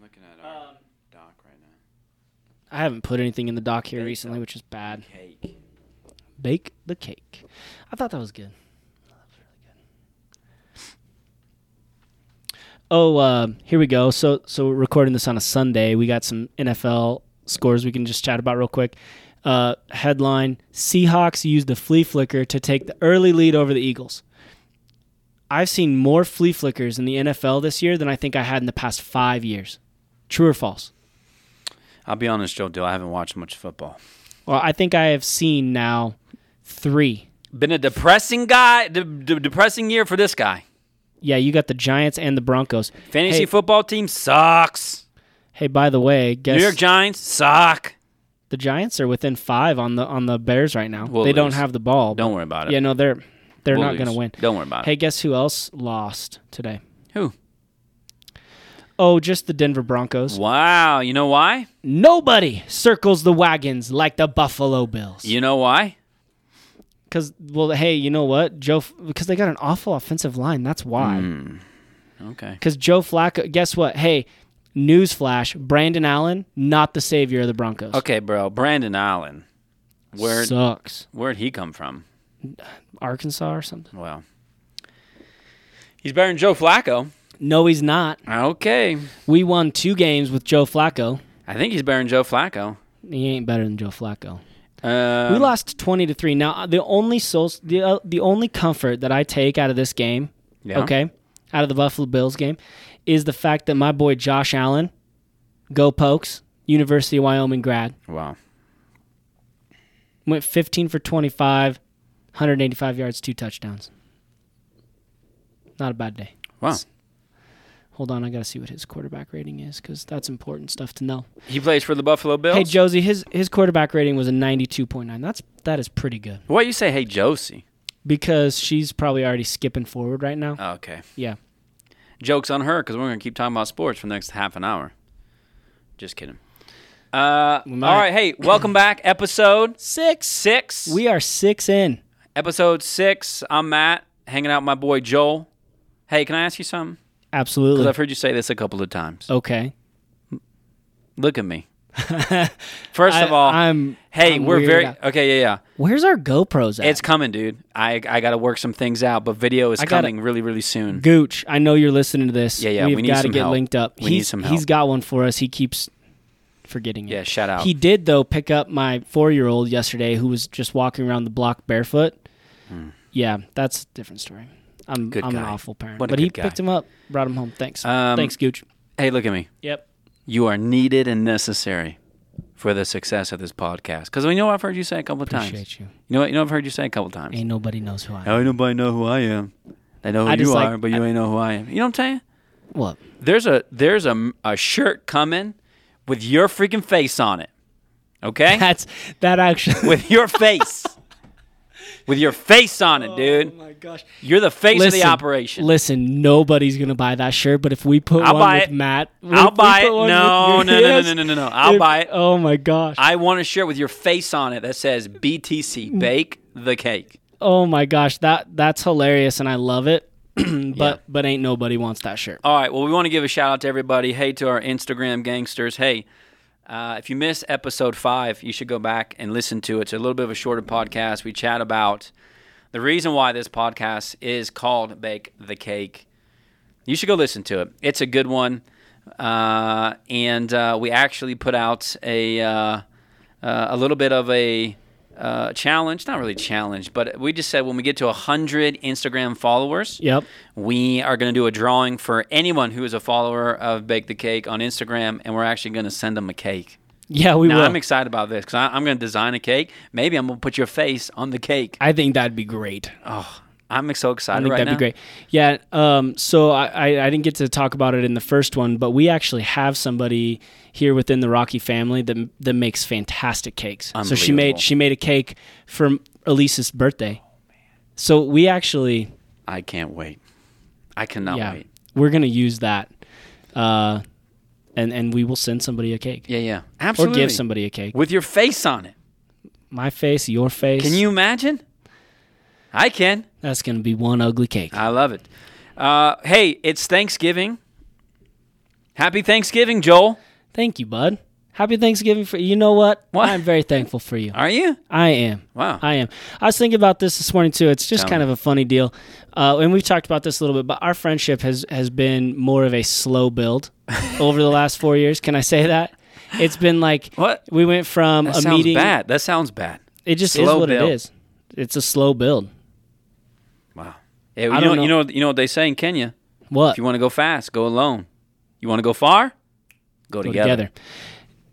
looking at our Um, doc right now. I haven't put anything in the dock here Bake recently, the- which is bad. Cake. Bake the cake. I thought that was good. Oh, uh, here we go. So, so we're recording this on a Sunday. We got some NFL scores we can just chat about real quick. Uh, headline: Seahawks used the flea flicker to take the early lead over the Eagles. I've seen more flea flickers in the NFL this year than I think I had in the past five years. True or false? I'll be honest, Joe Dill. I haven't watched much football. Well, I think I have seen now three. Been a depressing guy. De- de- depressing year for this guy. Yeah, you got the Giants and the Broncos. Fantasy Hey. football team sucks. Hey, by the way, guess New York Giants suck. the Giants are within five on the on the Bears right now. We'll they don't lose. have the ball. Don't worry about it. Yeah, no, they're they're We'll not going to lose. win. Don't worry about Hey, it. guess who else lost today? Who? Oh, just the Denver Broncos. Wow. You know why? Nobody circles the wagons like the Buffalo Bills. You know why? Because well, hey, you know what, Joe? Because they got an awful offensive line. That's why. Okay. Because Joe Flacco. Guess what? Hey, newsflash: Brandon Allen not the savior of the Broncos. Okay, bro. Brandon Allen. Where'd, Sucks. where'd he come from? Arkansas or something? Well, he's better than Joe Flacco. No, he's not. Okay. We won two games with Joe Flacco. I think he's better than Joe Flacco. He ain't better than Joe Flacco. Uh, we lost twenty to three. Now the only soul, the uh, the only comfort that I take out of this game, Yeah. okay, out of the Buffalo Bills game, is the fact that my boy Josh Allen, go Pokes, University of Wyoming grad, Wow. went fifteen for 25, 185 yards, two touchdowns. Not a bad day. Wow. Hold on, I gotta see what his quarterback rating is because that's important stuff to know. He plays for the Buffalo Bills. Hey Josie, his his quarterback rating was a ninety two point nine. That's that is pretty good Why you say, hey, Josie? because she's probably already skipping forward right now. Oh, okay. Yeah. Joke's on her because we're going to keep talking about sports for the next half an hour. Just kidding. Uh, all might. right. Hey, welcome back. Episode Six. six. We are six in. Episode six. I'm Matt, hanging out with my boy Joel. Hey, can I ask you something? Because Absolutely. I've heard you say this a couple of times. Okay. Look at me. First of I- all, I'm. hey, I'm we're weirded very out. okay. Yeah, yeah. Where's our GoPros at? It's coming, dude. I I got to work some things out, but video is I gotta- coming really, really soon. Gooch. I know you're listening to this. Yeah, yeah, We've we need gotta some get help. linked up. We he's, need some He's help. got one for us. He keeps forgetting it. Yeah, shout out. He did though pick up my four year old yesterday who was just walking around the block barefoot. Yeah, that's a different story. I'm Hmm. Good I'm an guy. awful parent. What a but he good guy. picked him up, brought him home. Thanks. Um, Thanks, Gooch. hey, look at me. Yep. You are needed and necessary for the success of this podcast. Because we know I've heard you say a couple of times. Appreciate you. You know what? You know I've heard you say a couple of times. Ain't nobody knows who I am. Oh, nobody know who I am. They know who I you just like- are, but you ain't know who I am. You know what I'm saying? What? There's a there's a, a shirt coming with your freaking face on it. Okay. That's that actually with your face. with your face on it, dude. Oh my gosh. You're the face of the operation. Listen, nobody's gonna buy that shirt, but if we put I'll one buy with it. Matt, if I'll we buy put it. one No, with no, your- no, no, no, no, no, no. I'll if- buy it. Oh my gosh. I want a shirt with your face on it that says Mm. BTC, bake the cake. oh my gosh. That that's hilarious, and I love it. but but ain't nobody wants that shirt. All right. Well, we want to give a shout out to everybody. Hey, to our Instagram gangsters. Hey, uh, if you missed episode five, you should go back and listen to it. It's a little bit of a shorter podcast. We chat about the reason why this podcast is called Bake the Cake. You should go listen to it. It's a good one. Uh, and uh, we actually put out a uh, uh, a little bit of a uh, challenge, not really challenge, but we just said when we get to 100 Instagram followers, Yep. we are going to do a drawing for anyone who is a follower of Bake the Cake on Instagram, and we're actually going to send them a cake. Yeah, we Now, will. I'm excited about this because I'm going to design a cake. Maybe I'm going to put your face on the cake. I think that'd be great. Oh, I'm so excited I think right that'd now. be great. Yeah. Um, so I, I, I didn't get to talk about it in the first one, but we actually have somebody here within the Rocky family that that makes fantastic cakes. So she Unbelievable. made she made a cake for Elise's birthday. So we actually, I can't wait. I cannot yeah, wait. we're gonna use that, uh, and and we will send somebody a cake Yeah, yeah. or Absolutely. give somebody a cake. With your face on it. My face, your face. Can you imagine? I can. That's gonna Ah. be one ugly cake. I love it. Uh, hey, it's Thanksgiving. Happy Thanksgiving, Joel. Thank you, bud. Happy Thanksgiving for you. Know what? What? I'm very thankful for you. Are you? I am. Wow. I am. I was thinking about this this morning too. It's just Tell kind me. of a funny deal, uh, and we've talked about this a little bit. But our friendship has has been more of a slow build over the last four years. Can I say that? It's been like What? we went from That a sounds meeting. bad. That sounds bad. It just is Slow what build. it is. It's a slow build. Wow. Yeah, you I know, don't you know you know what they say in Kenya. What If you want to go fast, go alone. You want to go far? Go, Go together.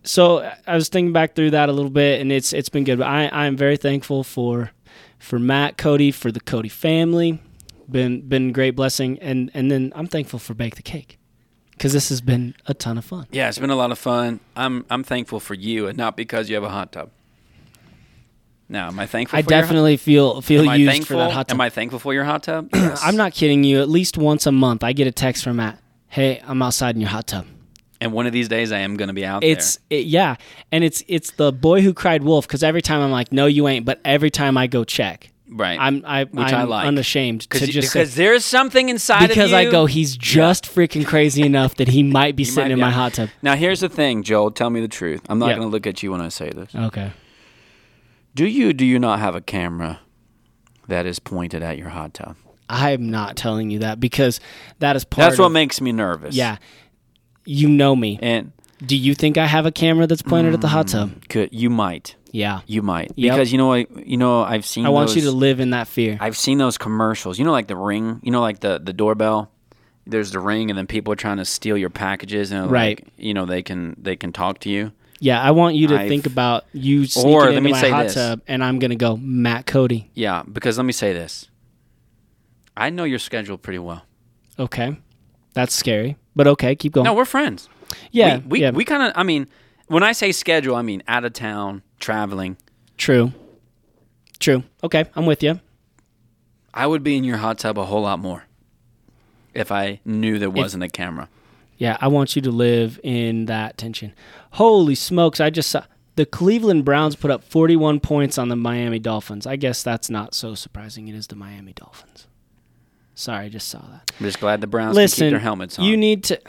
So I- I was thinking back through that a little bit, and it's it's been good. But I I am very thankful for for Matt Cody for the Cody family. Been been a great blessing, and and then I'm thankful for Bake the Cake because this has been a ton of fun. Yeah, it's been a lot of fun. I'm I'm thankful for you and not because you have a hot tub. Now, am I thankful I for your hot- definitely feel feel am I used thankful? for that hot tub. Am I thankful for your hot tub? I'm not kidding you. At least once a month, I get a text from Matt. Hey, I'm outside in your hot tub. And one of these days I am going to be out It's it, yeah, and it's it's the boy who cried wolf because every time I'm like, no, you ain't. But every time I go check, there. Right. I'm I, Which I'm I like. unashamed Cause to you- just say, because there's something inside of because you. I go, he's just freaking crazy enough that he might be sitting might in be my out. hot tub. Now, here's the thing, Joel. Tell me the truth. I'm not Yeah. going to look at you when I say this. Okay. Do you do you not have a camera that is pointed at your hot tub? I'm not telling you that because that is part That's what of, makes me nervous. Yeah. You know me. And Do you think I have a camera that's pointed at the hot tub? could you might Yeah. you might Yep. because you know I you know I've seen I want you to those- live in that fear. I've seen those commercials. You know like the ring, you know like the the doorbell. There's the ring and then people are trying to steal your packages and like, Right. you know they can they can talk to you. yeah, I want you to I've- think about you sneaking Or, let into me my say hot this. tub and I'm going to go Matt Cody. Yeah, because let me say this. I know your schedule pretty well. Okay. That's scary. But okay, keep going. No, we're friends. Oh. yeah. we we, yeah, we kind of I mean when I say schedule, I mean out of town, traveling. true. True. Okay, I'm with you. I would be in your hot tub a whole lot more if I knew there wasn't a camera. Yeah, I want you to live in that tension. Holy smokes, I just saw the Cleveland Browns put up 41 points on the Miami Dolphins. I guess that's not so surprising. It is the Miami Dolphins. Sorry, I just saw that. I'm just glad the Browns can Listen, keep their helmets on. you need to.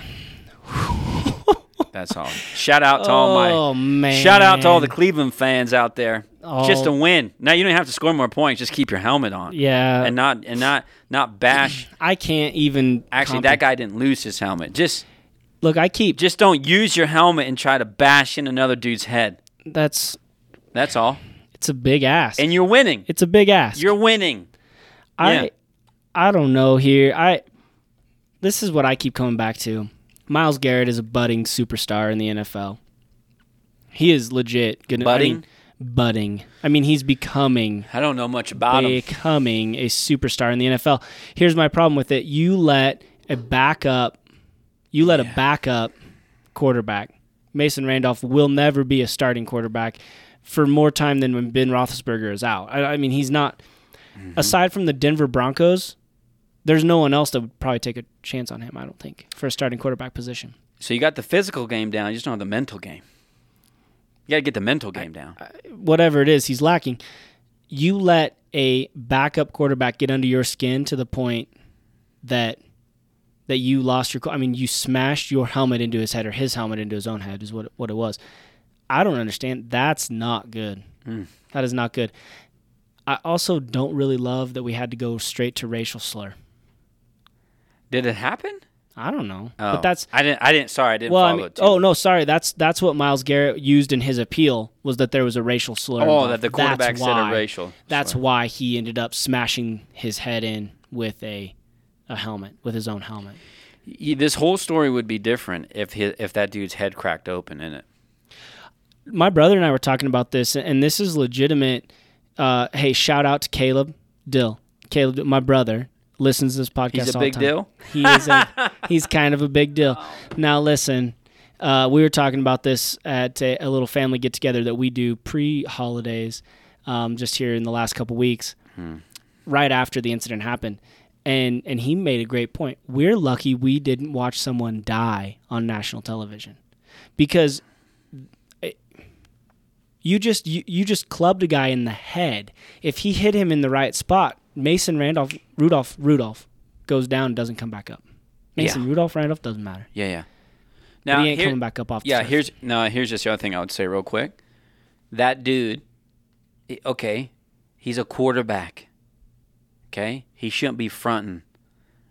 That's all. Shout out to all my oh man! shout out to all the Cleveland fans out there. Oh. Just a win. Now you don't have to score more points. Just keep your helmet on. Yeah, And not and not not bash. I can't even. Actually, comp- that guy didn't lose his helmet. Just Look, I keep. just don't use your helmet and try to bash in another dude's head. That's That's all. it's a big ass. And you're winning. it's a big ass. You're winning. yeah. I I don't know here. I this is what I keep coming back to. Miles Garrett is a budding superstar in the NFL. He is legit gonna I mean, budding. I mean, he's becoming I don't know much about him. becoming a superstar in the NFL. Here's my problem with it. You let a backup you let a backup quarterback. Mason Randolph will never be a starting quarterback for more time than when Ben Roethlisberger is out. I, I mean, he's not. Aside from the Denver Broncos, there's no one else that would probably take a chance on him. I don't think for a starting quarterback position. So you got the physical game down. You just don't have the mental game. You got to get the mental game down. Whatever it is, he's lacking. You let a backup quarterback get under your skin to the point that that you lost your. co- I mean, you smashed your helmet into his head or his helmet into his own head is what what it was. I don't understand. That's not good. Hmm. That is not good. I also don't really love that we had to go straight to racial slur. Did it happen? I don't know, Oh. but that's I didn't. I didn't. Sorry, I didn't well. I follow mean, it. Too. oh no, sorry. That's that's what Miles Garrett used in his appeal was that there was a racial slur. oh, involved. that the That's quarterback said a why- racial. That's slur. why he ended up smashing his head in with a a helmet with his own helmet. Y- this whole story would be different if his, if that dude's head cracked open in it. my brother and I were talking about this, and this is legitimate. Uh, hey, shout out to Caleb Dill. Caleb, my brother, listens to this podcast. He's a all the big time. deal? He is. A, he's kind of a big deal. Now listen, uh, we were talking about this at a, a little family get together that we do pre holidays, um, just here in the last couple weeks, Hmm. right after the incident happened. And, and he made a great point. We're lucky we didn't watch someone die on national television because you just you, you just clubbed a guy in the head. If he hit him in the right spot, Mason Randolph Rudolph Rudolph goes down and doesn't come back up. Mason Yeah. Rudolph Randolph doesn't matter. Yeah, yeah. but Now, he ain't here- coming back up off. The Yeah, surf. here's no. Here's just the other thing I would say real quick. That dude, i- okay, he's a quarterback. Okay, he shouldn't be fronting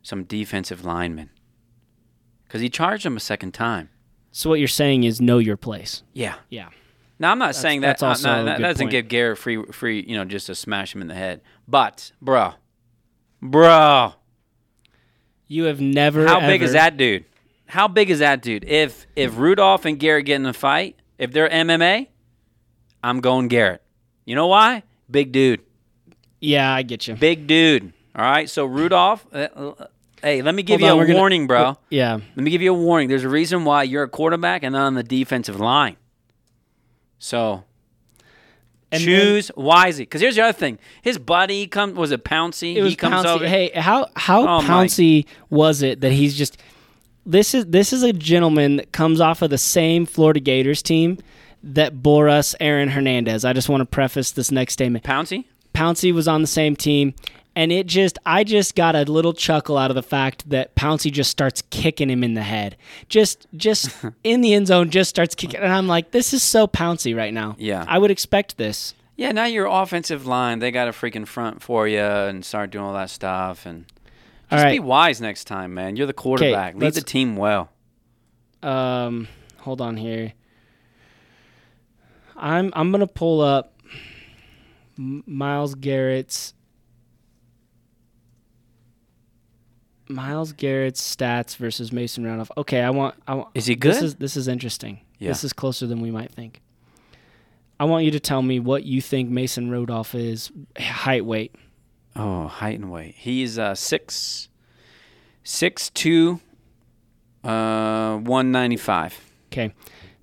some defensive lineman because he charged him a second time. So what you're saying is know your place. Yeah. Yeah. Now I'm not saying that. that's also uh, no, a that good doesn't point. give Garrett free free. You know, just to smash him in the head. But bro, bro, You have never. How big ever- is that dude? How big is that dude? If if Rudolph and Garrett get in a fight, if they're MMA, I'm going Garrett. You know why? Big dude. Yeah, I get you. Big dude. All right. So Rudolph, uh, uh, hey, let me give Hold on, you we're a gonna- warning, bro. Yeah. Let me give you a warning. There's a reason why you're a quarterback and not on the defensive line. So And choose wisely. Because here's the other thing. His buddy comes was it Pouncy? It was he comes Pouncey. over. Hey, how how Oh, my- Pouncey was it that he's just this is this is a gentleman that comes off of the same Florida Gators team that bore us Aaron Hernandez. I just want to preface this next statement. Pouncy? Pouncey was on the same team, and it just I just got a little chuckle out of the fact that Pouncey just starts kicking him in the head, just just in the end zone, just starts kicking, and I'm like, this is so Pouncey right now. Yeah. I would expect this. Yeah, now your offensive line, they got a freaking front for you and start doing all that stuff. And All just right. be wise next time, man. You're the quarterback. Lead let's- the team well. um hold on here i'm i'm gonna pull up M- miles garrett's miles garrett's stats versus mason randolph okay i want i want Is he this good? is this is interesting Yeah. this is closer than we might think i want you to tell me what you think mason randolph is height weight Oh, height and weight. He's uh, six, six two, uh, one ninety five. okay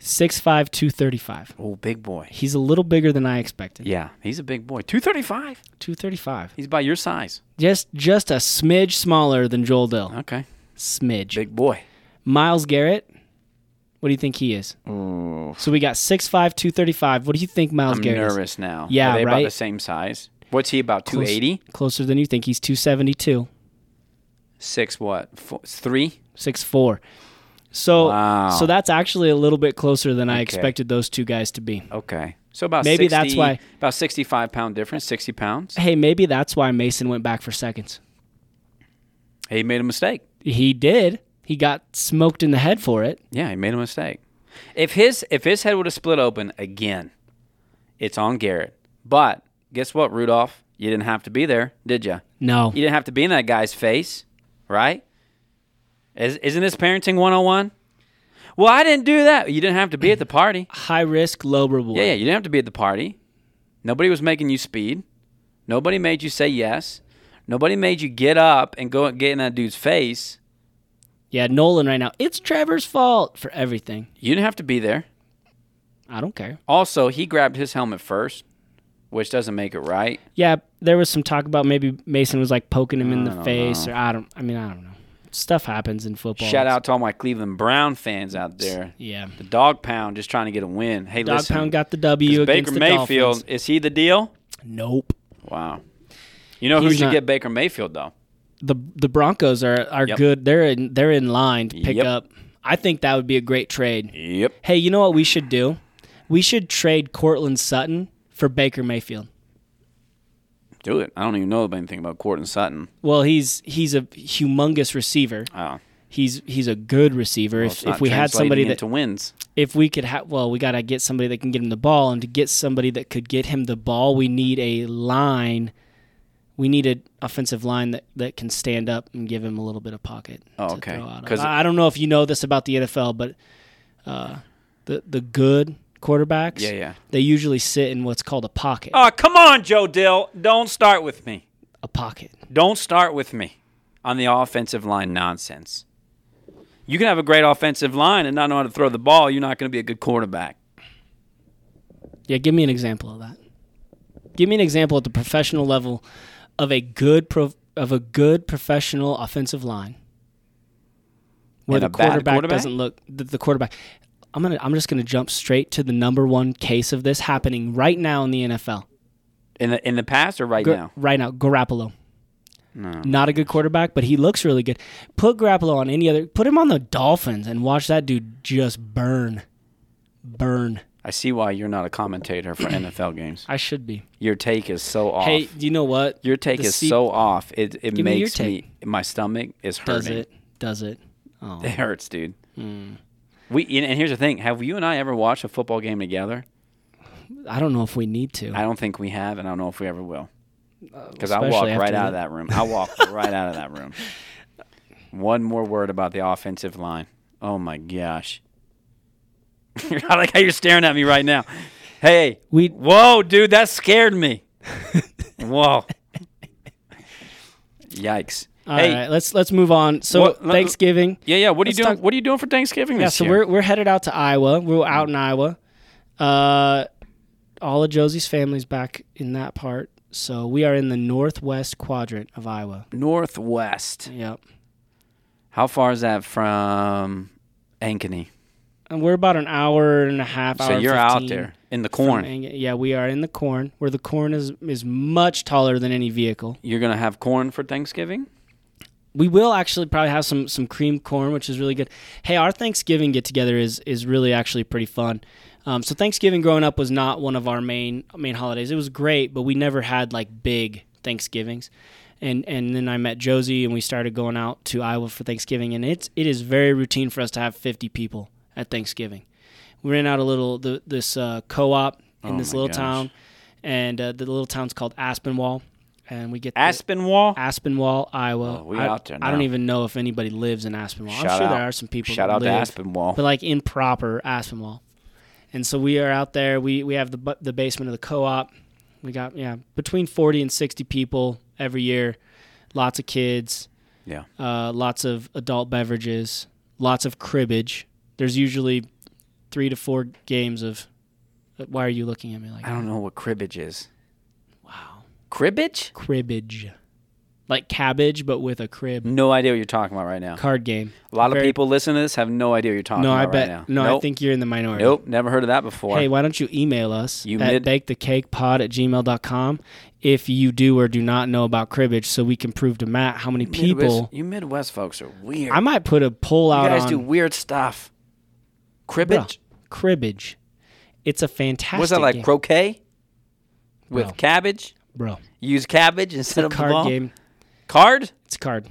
6'5 235 Oh, big boy. he's a little bigger than i expected Yeah, he's a big boy. Two thirty five. 235 He's by your size. just just a smidge smaller than Joel Dill. Okay, Smidge. Uh-huh. big boy. Miles Garrett. What do you think he is? So we got 6'5", 235. What do you think Miles I'm Garrett is? nervous now. Yeah, Are they about the right? same size. What's he about? Two Close- eighty Closer than you think. He's 272, six. What? Four, three. 6'4". So Wow. so that's actually a little bit closer than I Okay. expected those two guys to be. Okay. So about Maybe that's 60 why- about sixty five pound difference, sixty pounds. Hey, maybe that's why Mason went back for seconds. He made a mistake. He did. He got smoked in the head for it. Yeah, he made a mistake. If his if his head would have split open again, it's on Garrett. But guess what, Rudolph? You didn't have to be there, did you? No. You didn't have to be in that guy's face, right? Is, isn't this parenting 101? Well, I didn't do that. You didn't have to be at the party. High risk, low reward. Yeah, yeah, you didn't have to be at the party. Nobody was making you speed. Nobody made you say yes. Nobody made you get up and go and get in that dude's face. yeah, Nolan right now. It's Trevor's fault for everything. You didn't have to be there. I don't care. Also, he grabbed his helmet first, which doesn't make it right. Yeah, there was some talk about maybe Mason was like poking him in I the don't face, or I don't. I mean, I don't know. Stuff happens in football. Shout It's- out to all my Cleveland Brown fans out there. Yeah, The dog pound just trying to get a win. Hey, Dog listen. Pound got the W is against Baker the Mayfield, Dolphins. is he the deal? Nope. Wow. You know who He's should not- get Baker Mayfield, though? the The Broncos are are Yep. good. They're in they're in line to pick Yep. up. I think that would be a great trade. Yep. Hey, you know what we should do? We should trade Cortland Sutton for Baker Mayfield. Do it. I don't even know anything about Corton Sutton. Well, he's he's a humongous receiver. Oh, He's he's a good receiver. it's if not if we had somebody translating that into wins. if we could have well we got to get somebody that can get him the ball and to get somebody that could get him the ball we need a line we need an offensive line that, that can stand up and give him a little bit of pocket Oh, to okay. throw out of. 'Cause- I I don't know if you know this about the NFL but uh, the the good quarterbacks Yeah, yeah. they usually sit in what's called a pocket Oh, come on, Joe Dill. Don't start with me. a pocket Don't start with me on the offensive line nonsense. You can have a great offensive line and not know how to throw the ball. You're not going to be a good quarterback. yeah give me an example of that give me an example at the professional level of a good pro- of a good professional offensive line where And the a bad quarterback, quarterback? doesn't look the, the quarterback I'm going to I'm just going to jump straight to the number 1 case of this happening right now in the NFL In the in the past or right Gar- now? right now Garoppolo No. Not a good quarterback, but he looks really good. Put Garoppolo on any other. Put him on the Dolphins and watch that dude just burn, burn. I see why you're not a commentator for NFL games. I should be. Your take is so off. Hey, do you know what? your take the is se- so off. It it Give me your makes me my stomach is hurting. Does it? Does it? Oh. It hurts, dude. Hmm. We and and here's the thing: Have you and I ever watched a football game together? I don't know if we need to. I don't think we have, and I don't know if we ever will. Because I Uh, especially walked right after out of the- that room. I walked right out of that room. One more word about the offensive line. Oh my gosh! I like how you're staring at me right now. Hey, We- Whoa, dude, that scared me. whoa. Yikes. All hey, right, let's let's move on. So What- let- Thanksgiving. yeah, yeah. What are you Let's doing? talk- what are you doing for Thanksgiving Yeah, this so year? we're we're headed out to Iowa. We're out in Iowa. Uh, all of Josie's family's back in that part, so we are in the northwest quadrant of Iowa. northwest. Yep, How far is that from Ankeny? and we're about an hour and a half. so hour you're out 15 there in the from corn. Ang- yeah, we are in the corn, where the corn is is much taller than any vehicle. you're gonna have corn for Thanksgiving. we will actually probably have some some cream corn, which is really good. Hey, our Thanksgiving get together is is really actually pretty fun. Um, so Thanksgiving growing up was not one of our main main holidays. It was great, but we never had like big Thanksgivings. And and then I met Josie, and we started going out to Iowa for Thanksgiving. And it's it is very routine for us to have fifty people at Thanksgiving. We ran out a little the, this uh, co-op in Oh this my little gosh. town, and uh, the little town's called Aspenwall, and we get the- Aspinwall. Aspinwall, Iowa. Oh, we I, out there I don't now. even know if anybody lives in Aspinwall. I'm Shout sure out. there are some people Shout that out live, to Aspinwall. but like in proper Aspinwall. And so we are out there. We we have the bu- the basement of the co-op. We got yeah between forty and sixty people every year. Lots of kids. Yeah. Uh, lots of adult beverages. Lots of cribbage. There's usually three to four games of. uh, Why are you looking at me like I don't know what cribbage is. wow Cribbage? cribbage, like cabbage but with a crib? No idea what you're talking about right now. Card game. A lot of Very- people listening to this have no idea what you're talking No, about I right bet. now. No, nope. I think you're in the minority. Nope, never heard of that before. Hey, why don't you email us You mid- at bakethecakepod at gmail.com if you do or do not know about cribbage so we can prove to Matt how many Midwest- people. you Midwest folks are weird. I might put a poll you out guys on do weird stuff. Bruh, Cribbage? cribbage. It's a fantastic What's that like? game. Croquet? With Bro. cabbage? Bro, Use cabbage instead of it's a the card ball? Hmm. game. Card? It's a card.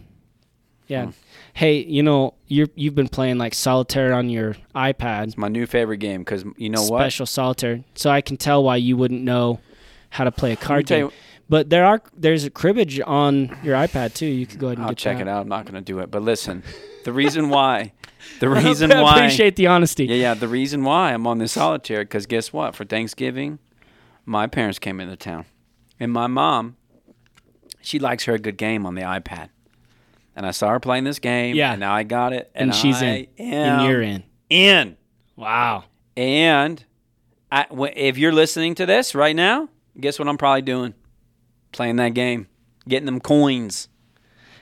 Yeah. Hey, you know, you're, you've been playing like solitaire on your iPad. My new favorite game because you know what? special solitaire. So I can tell why you wouldn't know how to play a card tell game. you- but there are there's a cribbage on your iPad too. You could go ahead and I'll get check that. it out. I'm not going to do it. But listen, the reason why, the I reason appreciate why, the honesty. yeah, yeah, the reason why I'm on this solitaire because guess what? For Thanksgiving, my parents came into town, and my mom, she likes her a good game on the iPad, and I saw her playing this game. Yeah. and now I got it, and, and she's in, I am and you're in. in. Wow. And I, wh- if you're listening to this right now, guess what I'm probably doing? Playing that game, getting them coins.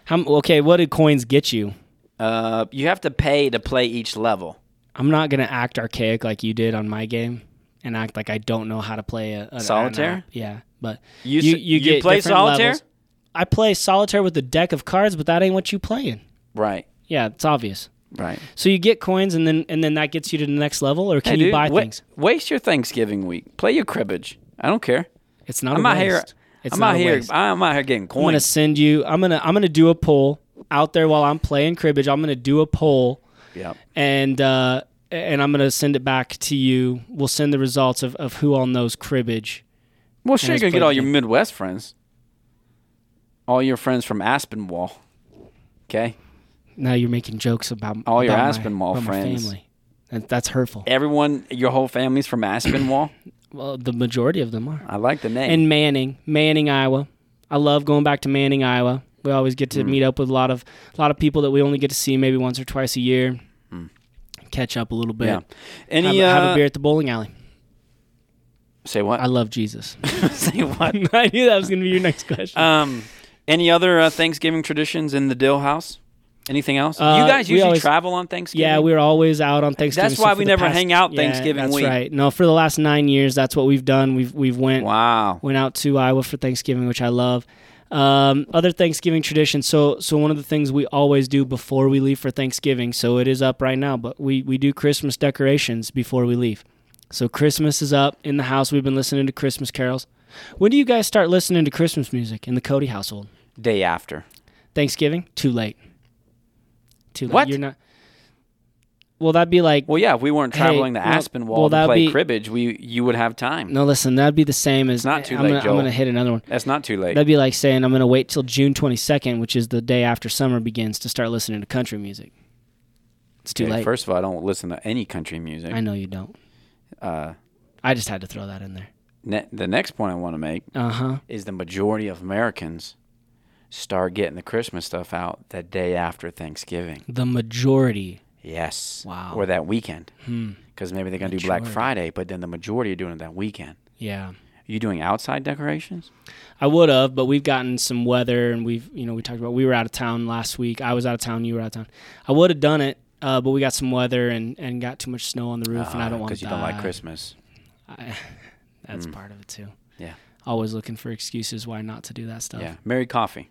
How, m- okay, what did coins get you? Uh, you have to pay to play each level. I'm not gonna act archaic like you did on my game, and act like I don't know how to play a, a Solitaire? an app. yeah, but You s- you, you get play different solitaire? levels. I play solitaire with a deck of cards, but that ain't what you playing. Right. Yeah, it's obvious. Right. So you get coins, and then and then that gets you to the next level, or can you buy things? Waste your Thanksgiving week. Play your cribbage. I don't care. It's not. I'm a out waste. here. It's I'm not out a here. waste. I'm out here getting I'm gonna coins. send you. I'm gonna I'm gonna do a poll out there while I'm playing cribbage. I'm gonna do a poll Yeah. and uh, and I'm gonna send it back to you. We'll send the results of, of who all knows cribbage. Well, sure, you're it's gonna get played all your game. Midwest friends, all your friends from Aspenwall. Okay, Now you're making jokes about All your about my- Aspenwall about my friends. family. That, that's hurtful. everyone, your whole family's from Aspenwall. Well, the majority of them are. I like the name. And Manning, Manning, Iowa. I love going back to Manning, Iowa. We always get Mm. to meet up with a lot of a lot of people that we only get to see maybe once or twice a year. Catch up a little bit. Mm. yeah. Any have, a- have uh, a beer at the bowling alley. Say what? I love Jesus. say what? I knew that was going to be your next question. Um, any other uh, Thanksgiving traditions in the Dill house? Anything else? Uh, you guys we usually always- travel on Thanksgiving. yeah, we were always out on Thanksgiving. That's why so for we the never past- hang out yeah, Thanksgiving that's week. right. No, for the last nine years, that's what we've done. We've we've went Wow. went out to Iowa for Thanksgiving, which I love. Um, other Thanksgiving traditions. So, so one of the things we always do before we leave for Thanksgiving. So it is up right now, but we we do Christmas decorations before we leave. So Christmas is up in the house. We've been listening to Christmas carols. When do you guys start listening to Christmas music in the Cody household? Day after. Thanksgiving? Too late. Too late. What? You're not. Well, that'd be like Well, yeah, if we weren't Hey, traveling no, to Aspinwall well, to that'd play be- cribbage, we you would have time. no. Listen, that'd be the same as not too I'm late, gonna, I'm Joel. gonna hit another one. That's not too late. That'd be like saying I'm gonna wait till June 22nd, which is the day after summer begins, to start listening to country music. It's too Okay, late. First of all, I don't listen to any country music. I know you don't. Uh, I just had to throw that in there. ne- the next point I want to make Uh huh. is the majority of Americans start getting the Christmas stuff out the day after Thanksgiving. The majority. Hmm. Yes. Wow. Or that weekend. Because maybe they're going to do Black Majority. Friday, but then the majority are doing it that weekend. Yeah. Are you doing outside decorations? I would have, but we've gotten some weather, and we've you know we talked about we were out of town last week. I was out of town, you were out of town. I would have done it, uh, but we got some weather and and got too much snow on the roof, and I don't want Because Uh, Ah, you don't like Christmas. That's part of it too. Yeah. Always looking for excuses why not to do that stuff. Yeah. Merry coffee.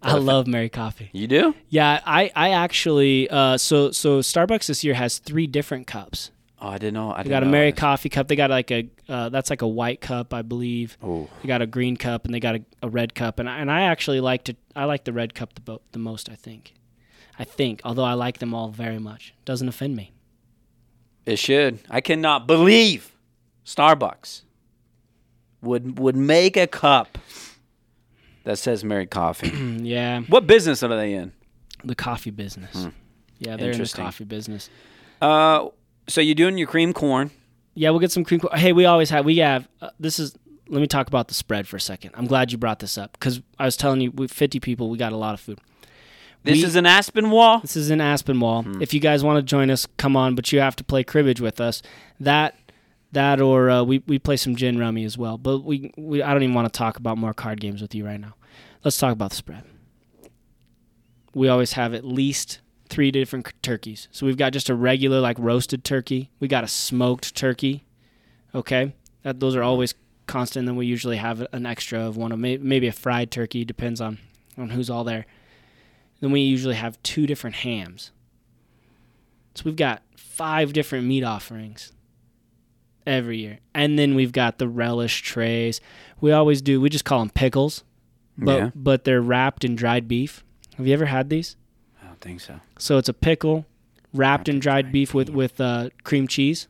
I love Mary Coffee. You do? Yeah, I I actually uh, so so Starbucks this year has three different cups. Oh, I didn't know. I They didn't got a know Mary this. Coffee cup. They got like a uh, that's like a white cup, I believe. Ooh. They got a green cup and they got a, a red cup, and I, and I actually like to I like the red cup the, bo- the most. I think, I think. Although I like them all very much, doesn't offend me. It should. I cannot believe Starbucks would would make a cup that says Mary Coffee. Mm, yeah, what business are they in? the coffee business. Yeah, they're in the Interesting. coffee business. Uh, so you're doing your cream corn. Yeah, we'll get some cream. co- Hey, we always have. We have. Uh, this is. Let me talk about the spread for a second. I'm glad you brought this up because I was telling you, we 50 people. We got a lot of food. This We- is an Aspen wall. This is in Aspinwall. If you guys want to join us, come on. But you have to play cribbage with us. That, that, or uh, we we play some gin rummy as well. But we, we I don't even want to talk about more card games with you right now. Let's talk about the spread. We always have at least three different c- turkeys. So we've got just a regular like roasted turkey. We got a smoked turkey. Okay, that those are always constant. Then we usually have an extra of one of may, maybe a fried turkey. Depends on on who's all there then we usually have two different hams. So we've got five different meat offerings every year. And then we've got the relish trays. We always do, we just call them pickles, but, Yeah. but they're wrapped in dried beef. Have you ever had these? I don't think so. So it's a pickle wrapped in dried beef with, with uh, cream cheese.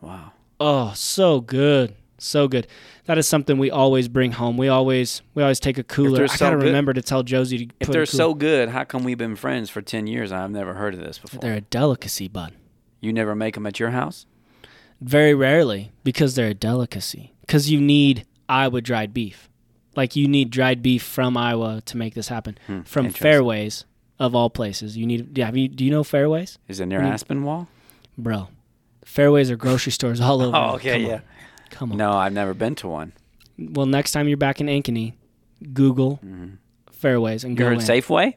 Wow. Oh, so good. So good. That is something we always bring home. We always we always take a cooler. they're I so gotta good- remember to tell Josie to If put they're a cooler. so good, how come we've been friends for ten years? and I've never heard of this before. they're a delicacy, bud. You never make them at your house. Very rarely, because they're a delicacy. Because you need Iowa dried beef. Like you need dried beef from Iowa to make this happen. Hmm, from interesting. Fairways of all places. You need. Yeah, have you, do you know Fairways, Is it near Mm. Aspen Wall? bro? Fairways are grocery stores all over. Come on. Come on. Oh, No, I've never been to one. Well, next time you're back in Ankeny, Google Fairways and Mm-hmm. You go heard in. Safeway?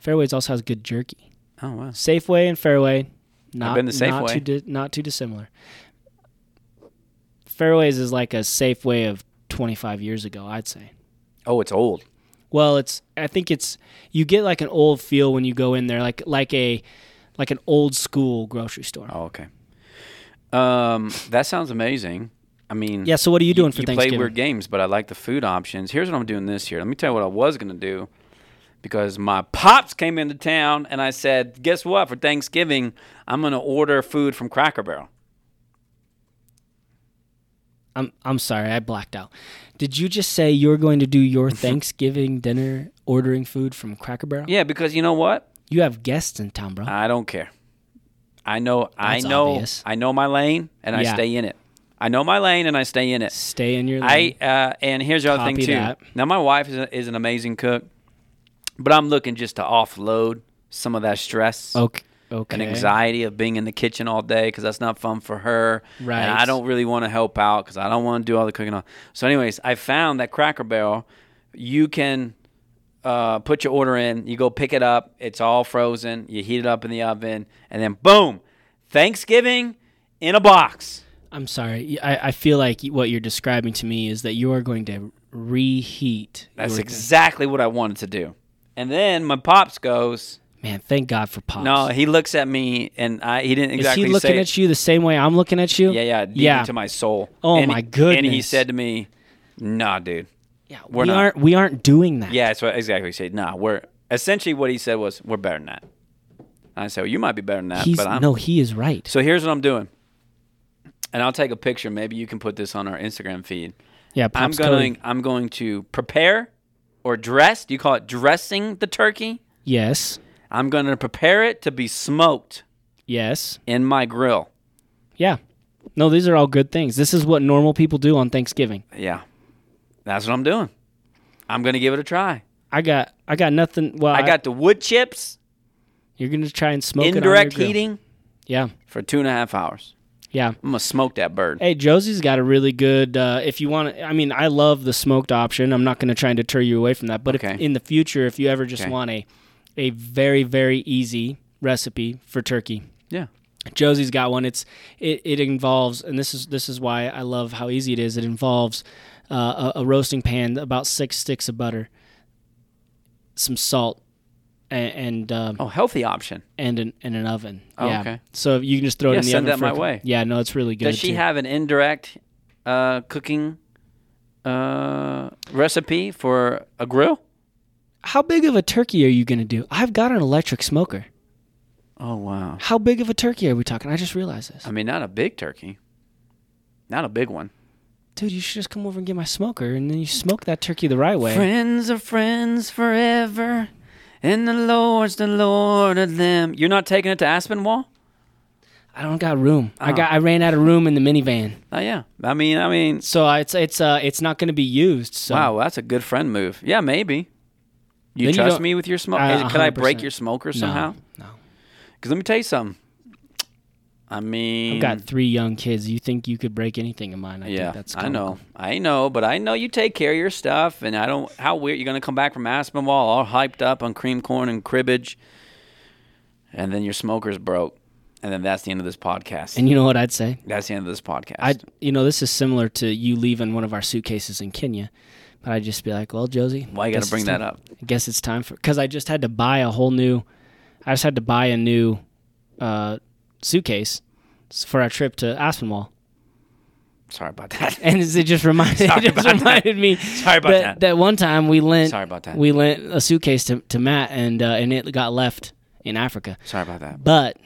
Fairways also has good jerky. Oh wow. Safeway and Fairway, not been to not Safeway. too di- not too dissimilar. Fairways is like a Safeway of 25 years ago, I'd say. Oh, it's old. Well, it's I think it's you get like an old feel when you go in there, like like a like an old school grocery store. Oh, okay. Um, that sounds amazing. I mean, Yeah. So what are you doing for you play Thanksgiving? weird games, but I like the food options. Here's what I'm doing this year. Let me tell you what I was gonna do, because my pops came into town and I said, "Guess what? For Thanksgiving, I'm gonna order food from Cracker Barrel." I'm I'm sorry, I blacked out. Did you just say you're going to do your Thanksgiving dinner ordering food from Cracker Barrel? Yeah, Uh, because you know what? You have guests in town, bro. I don't care. I know. I That's know. obvious. I know my lane, and I Yeah. stay in it. I know my lane, and I stay in it. Stay in your lane. I uh, and here's the other thing Copy too. that. Now my wife is, a, is an amazing cook, but I'm looking just to offload some of that stress okay. Okay. and anxiety of being in the kitchen all day because that's not fun for her. Right. And I don't really want to help out because I don't want to do all the cooking. So, anyways, I found that Cracker Barrel, you can uh, put your order in, you go pick it up, it's all frozen, you heat it up in the oven, and then boom, Thanksgiving in a box. I'm sorry. I, I feel like what you're describing to me is that you are going to reheat. That's your- exactly what I wanted to do. And then my pops goes, man. Thank God for pops. no, he looks at me and I he didn't exactly Is he looking say at you the same way I'm looking at you? Yeah, yeah, deep Yeah. into my soul. Oh, and my he- And he goodness. said to me, "Nah, dude." Yeah, We're we not- aren't. We aren't doing that. Yeah, that's what exactly he said. Nah, we're essentially what he said was, "We're better than that." I said, "Well, you might be better than that, he's but I'm no. He is right. So here's what I'm doing. And I'll take a picture. Maybe you can put this on our Instagram feed. yeah, I'm pops going. Cody. I'm going to prepare or dress. Do you call it dressing the turkey? Yes, I'm going to prepare it to be smoked yes, in my grill. yeah. No, these are all good things. This is what normal people do on Thanksgiving. Yeah, that's what I'm doing. I'm going to give it a try. I got. I got nothing. Well, I got the wood chips, You're gonna try and smoke it on your indirect grill. heating Yeah, for two and a half hours. yeah. I'm gonna smoke that bird. Hey, Josie's got a really good. Uh, if you want, I mean, I love the smoked option. I'm not going to try and deter you away from that. But Okay. if, in the future, if you ever just Okay. want a, a very very easy recipe for turkey, Yeah, Josie's got one. It's it, it involves, and this is this is why I love how easy it is. It involves uh, a, a roasting pan, about six sticks of butter, some salt, and and, um, Oh, healthy option. and an and an oven. Oh, yeah. okay. So you can just throw it Yeah, in the send oven. that for a my cou- way. Yeah, no, it's really good. Does she too. have an indirect uh, cooking uh, recipe for a grill? How big of a turkey are you going to do? I've got an electric smoker. Oh wow! How big of a turkey are we talking? I just realized this. I mean, not a big turkey, not a big one. Dude, you should just come over and get my smoker and then you smoke that turkey the right way. Friends are friends forever, and the Lord's the Lord of them. You're not taking it to Aspenwall? I don't got room. I Oh. got I ran out of room in the minivan. Oh yeah. I mean, I mean, So uh, it's it's uh it's not going to be used. So wow, that's a good friend move. Yeah, maybe. You Then you trust don't- me with your smoke? Uh, Could I 100%. break your smoker no, somehow? No. Because let me tell you something. I mean, I've got 3 young kids. You think you could break anything of mine? I yeah, think that's I comical. know, I know, but I know you take care of your stuff, and I don't. How weird you're gonna come back from Aspenwall all hyped up on cream corn and cribbage, and then your smoker's broke, and then that's the end of this podcast. And you know what I'd say? that's the end of this podcast. I you know this is similar to you leaving one of our suitcases in Kenya, but I'd just be like, well, Josie, Why you gotta guess it's bring that time- up? I guess it's time for because I just had to buy a whole new. I just had to buy a new uh, suitcase s- for our trip to Aspenwall, Sorry about that. and it just reminded Sorry it just about that. reminded me Sorry about that, that. that one time we lent Sorry about that. we lent a suitcase to, to Matt and uh, and it got left in Africa. Sorry about that. But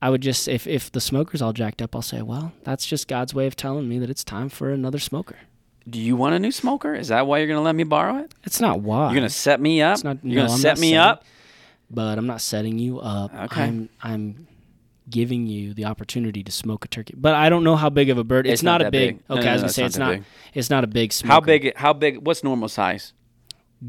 I would just if if the smoker's all jacked up, I'll say, well, that's just God's way of telling me that it's time for another smoker. Do you want a new smoker? Is that why you're gonna let me borrow it? It's not why You're gonna set me up. It's not- you're no, gonna I'm set not me setting- up. but I'm not setting you up. Okay. I'm I'm giving you the opportunity to smoke a turkey. But I don't know how big of a bird. It's, not, a that big. big. No, Okay, no, I no, was gonna it's say not it's that not. big. It's not a big smoker. How big? How big? What's normal size?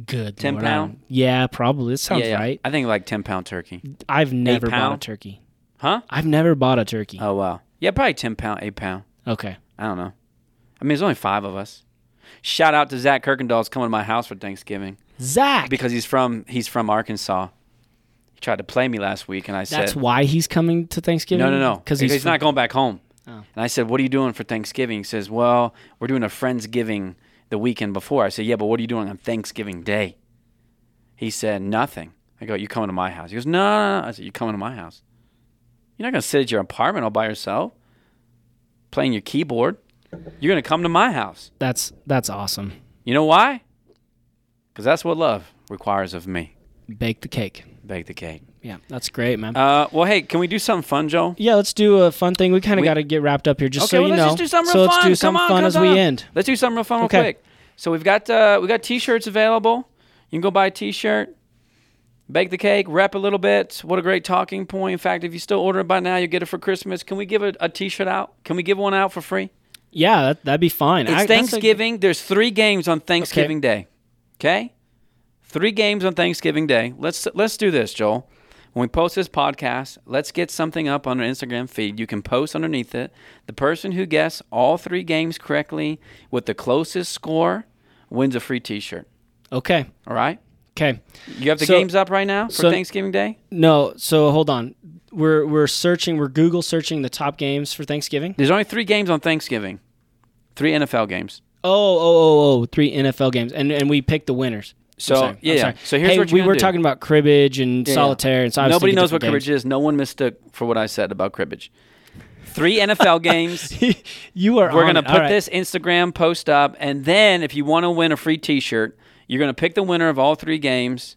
Good. 10 Lord, I don't- pound? Yeah, probably. It sounds right. I think like ten pound turkey. I've never bought a pound? turkey. Huh? I've never bought a turkey. Oh wow. Yeah, probably ten pound, eight pound. Okay. I don't know. I mean, there's only five of us. Shout out to Zach Kirkendall's coming to my house for Thanksgiving Zach. because he's from he's from Arkansas. He tried to play me last week, and I said, that's why he's coming to Thanksgiving. "No, no, no," Because he's, from- not going back home. Oh. And I said, "What are you doing for Thanksgiving?" He says, "Well, we're doing a friendsgiving the weekend before." I said, "Yeah, but what are you doing on Thanksgiving Day?" He said, "Nothing." I go, "You coming to my house?" He goes, "No, no, no." I said, "You coming to my house? You're not gonna sit at your apartment all by yourself playing your keyboard. You're gonna come to my house." That's that's awesome. You know why? Because that's what love requires of me. Bake the cake. Bake the cake. Yeah, that's great, man. Uh, well, hey, can we do something fun, Joel? yeah, let's do a fun thing. We kind of we- got to get wrapped up here, just okay, so well, you let's know. just do something so real let's fun. do Come something on, fun come as on. we end. Let's do something real fun, real Okay. quick. So we've got uh, we got t-shirts available. You can go buy a t-shirt, bake the cake, rep a little bit. What a great talking point! In fact, if you still order it by now, you get it for Christmas. Can we give a, a t-shirt out? Can we give one out for free? Yeah, that, that'd be fine. It's I- that's a- Thanksgiving. There's three games on Thanksgiving Day. Okay, three games on Thanksgiving Day. Let's let's do this, Joel. When we post this podcast, let's get something up on our Instagram feed. You can post underneath it. The person who guesses all three games correctly with the closest score wins a free T-shirt. okay. All right. Okay. You have the So- games up right now for so- Thanksgiving Day. No, so hold on. We're we're searching. We're Google searching the top games for Thanksgiving. There's only three games on Thanksgiving. Three NFL games. Oh, oh, oh, oh, three NFL games, and and we picked the winners. I'm So, sorry, I'm yeah, sorry. so here's hey, what you we gotta were do. talking about cribbage and Yeah. solitaire, and so I was Nobody thinking knows what different cribbage is. No one mistook for what I said about cribbage. Three NFL games. games. you are. We're on gonna it. put All right. this Instagram post up, and then if you want to win a free T-shirt, you're gonna pick the winner of all three games.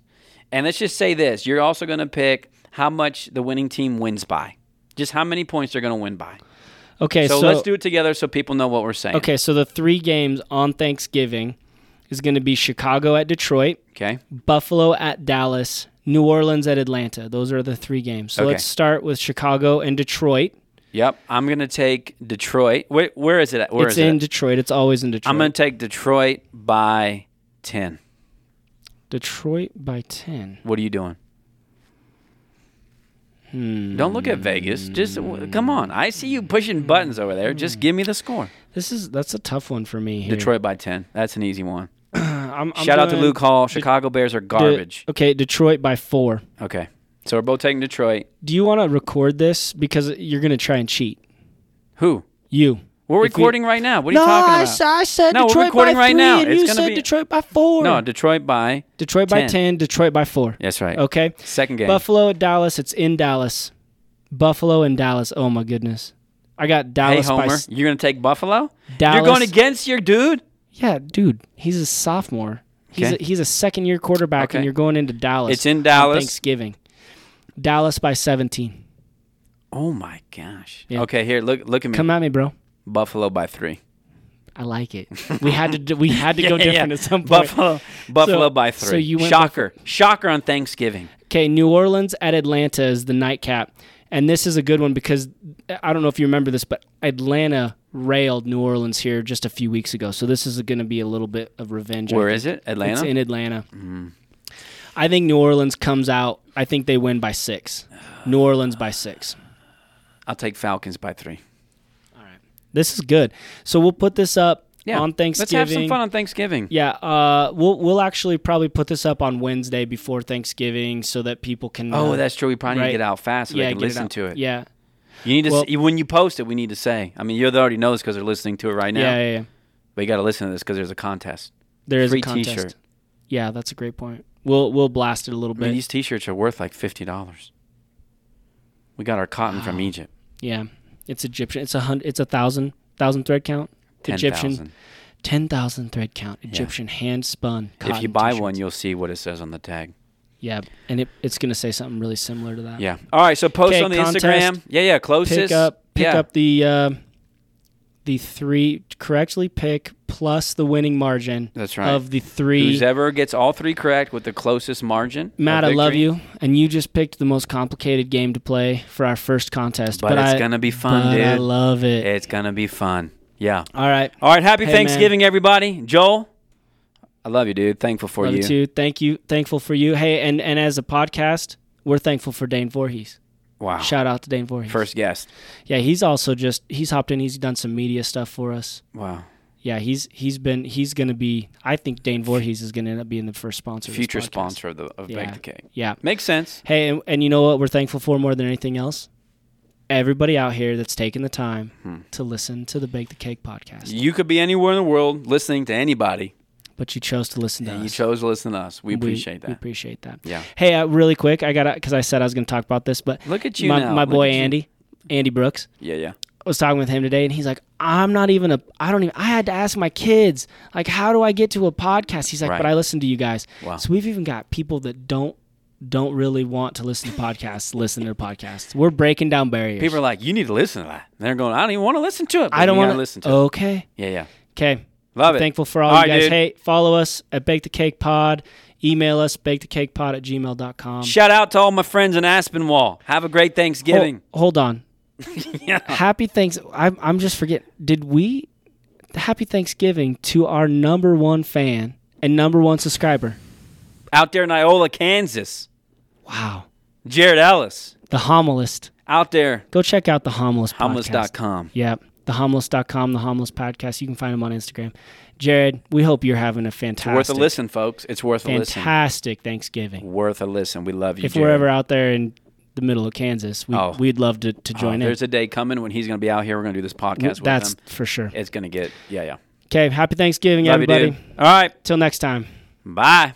And let's just say this: you're also gonna pick how much the winning team wins by, just how many points they're gonna win by. Okay, So, so, let's do it together, so people know what we're saying. Okay, so the three games on Thanksgiving is going to be Chicago at Detroit, Okay. Buffalo at Dallas, New Orleans at Atlanta. Those are the three games. So Okay. let's start with Chicago and Detroit. Yep. I'm gonna take Detroit. Where, where is it? At? Where it's is it? in at? Detroit. It's always in Detroit. I'm gonna take Detroit by ten. Detroit by 10. What are you doing? Hmm. Don't look at Vegas. Just w- come on. I see you pushing buttons over there. Just give me the score. This is that's a tough one for me here. Uh, Detroit by 10. That's an easy one. I'm- I'm Shout out to doing Luke Hall. Chicago Bears are De- garbage. okay, Detroit by 4. Okay. So we're both taking Detroit. Do you want to record this because you're going to try and cheat? Who? You. We're If we- recording right now. What are no, you talking I, about? s- I said No, we're Detroit recording by right 3 now. and It's you gonna said be- Detroit by 4. no, Detroit by. Detroit by 10. 10, Detroit by 4. That's right. Okay. Second game. Buffalo at Dallas. It's in Dallas. Buffalo and Dallas. Oh my goodness. I got hey, Dallas by Homer. s- You're going to take Buffalo? You're Dallas- going against your dude? Yeah, dude. He's a sophomore. He's Okay. a, he's a second year quarterback, Okay. and you're going into Dallas. It's in on Dallas. Thanksgiving. Dallas by 17. Oh, my gosh. Yeah. Okay, here. Look look at me. Come at me, bro. Buffalo by three. I like it. We had to do, we had to go Yeah, different yeah. at some point. Buffalo, Buffalo So- by three. so you went Shocker. Shocker on Thanksgiving. Okay, New Orleans at Atlanta is the nightcap. And this is a good one because I don't know if you remember this, but Atlanta railed New Orleans here just a few weeks ago. So this is going to be a little bit of revenge. I Where think. is it? Atlanta? Mm-hmm. It's in Atlanta. I think New Orleans comes out. I think they win by six. New Orleans by six. I'll take Falcons by three. This is good. So we'll put this up Yeah. on Let's Thanksgiving. have some fun on Thanksgiving. Yeah, uh, we'll we'll actually probably put this up on Wednesday before Thanksgiving so that people can. uh, Oh, that's true. We probably need right. to get out fast so yeah, they can get it listen out. to it. Yeah, You need to Well- s- when you post it, we need to say. I mean, you already know this because they're listening to it right now. yeah, yeah, yeah. But you got to listen to this because there's a contest. There is Free a contest. T-shirt. Yeah, that's a great point. We'll we'll blast it a little I mean, bit. these T-shirts are worth like fifty dollars. We got our cotton from Egypt. yeah, it's Egyptian. It's a hundred. It's a thousand thousand thread count. Ten Egyptian thousand. ten thousand thread count. Egyptian hand spun. If you buy one, you'll see what it says on the tag. yeah, and it, it's gonna say something really similar to that. Yeah. All right. So post Okay, on the contest. Instagram. Yeah, yeah. Closest. pick up pick yeah. up the uh, the three correctly pick plus the winning margin. That's right. Of the three, Who's ever gets all three correct with the closest margin. of Matt, I love victory. you, and you just picked the most complicated game to play for our first contest. But, it's I, gonna be fun, but dude. I love it. It's gonna be fun. Yeah. All right, All right. Happy Hey, Thanksgiving, everybody. Joel, I love you, dude. Thankful for love you. too. Thank you, thankful for you. Hey, and and as a podcast, we're thankful for Dane Voorhees. Wow. Shout out to Dane Voorhees. Ah. First guest. yeah, he's also just he's hopped in. He's done some media stuff for us. Wow. Yeah, he's he's been he's gonna be. I think Dane Voorhees is gonna end up being the first sponsor. of this Future podcast. sponsor of the of Yeah. Bake the Cake. Yeah. Makes sense. Hey, and, and you know what? We're thankful for more than anything else. Everybody out here that's taking the time Hmm. to listen to the Bake the Cake podcast, You could be anywhere in the world listening to anybody, but you chose to listen to and us. you chose to listen to us. We appreciate We that. appreciate that. Yeah. Hey, uh, really quick, I got because I said I was going to talk about this, but Look at you my, now. my Look boy at you. Andy, Andy Brooks. Yeah, yeah. I was talking with him today, and he's like, "I'm not even a. I don't even. I had to ask my kids, like, how do I get to a podcast?" He's like, Right. "But I listen to you guys." Wow. So we've even got people that don't don't really want to listen to podcasts listen to podcasts. We're breaking down barriers. People are like, you need to listen to that. And they're going, I don't even want to listen to it. but I don't you want gotta to listen to it. Okay. Yeah, yeah. Okay. Love it. Thankful for all, All you right, guys. dude. Hey, follow us at bake the cake pod. Email us bake the cake pod at gmail.com. Shout out to all my friends in Aspenwall. Have a great Thanksgiving. Hol- hold on. Oh. Yeah. Happy thanks. I'm I'm just forgetting. Did we? Happy Thanksgiving to our number one fan and number one subscriber. Out there in Iola, Kansas. Wow. Jared Ellis. The Homelist. Out there. Go check out the Homeless podcast. Homeless.com. Yeah. The Homeless.com, the Homeless podcast. You can find them on Instagram. Jared, we hope you're having a fantastic, Worth a listen, folks. It's worth a listen. fantastic Thanksgiving. Worth a listen. We love you, If Jared. we're ever out there in the middle of Kansas, we, Oh. we'd love to, to Oh, join in. There's a day coming when he's going to be out here. We're going to do this podcast with That's him. for sure. It's going to get, yeah, yeah. Okay, happy Thanksgiving, Love you, everybody. dude. All right. Till next time. Bye.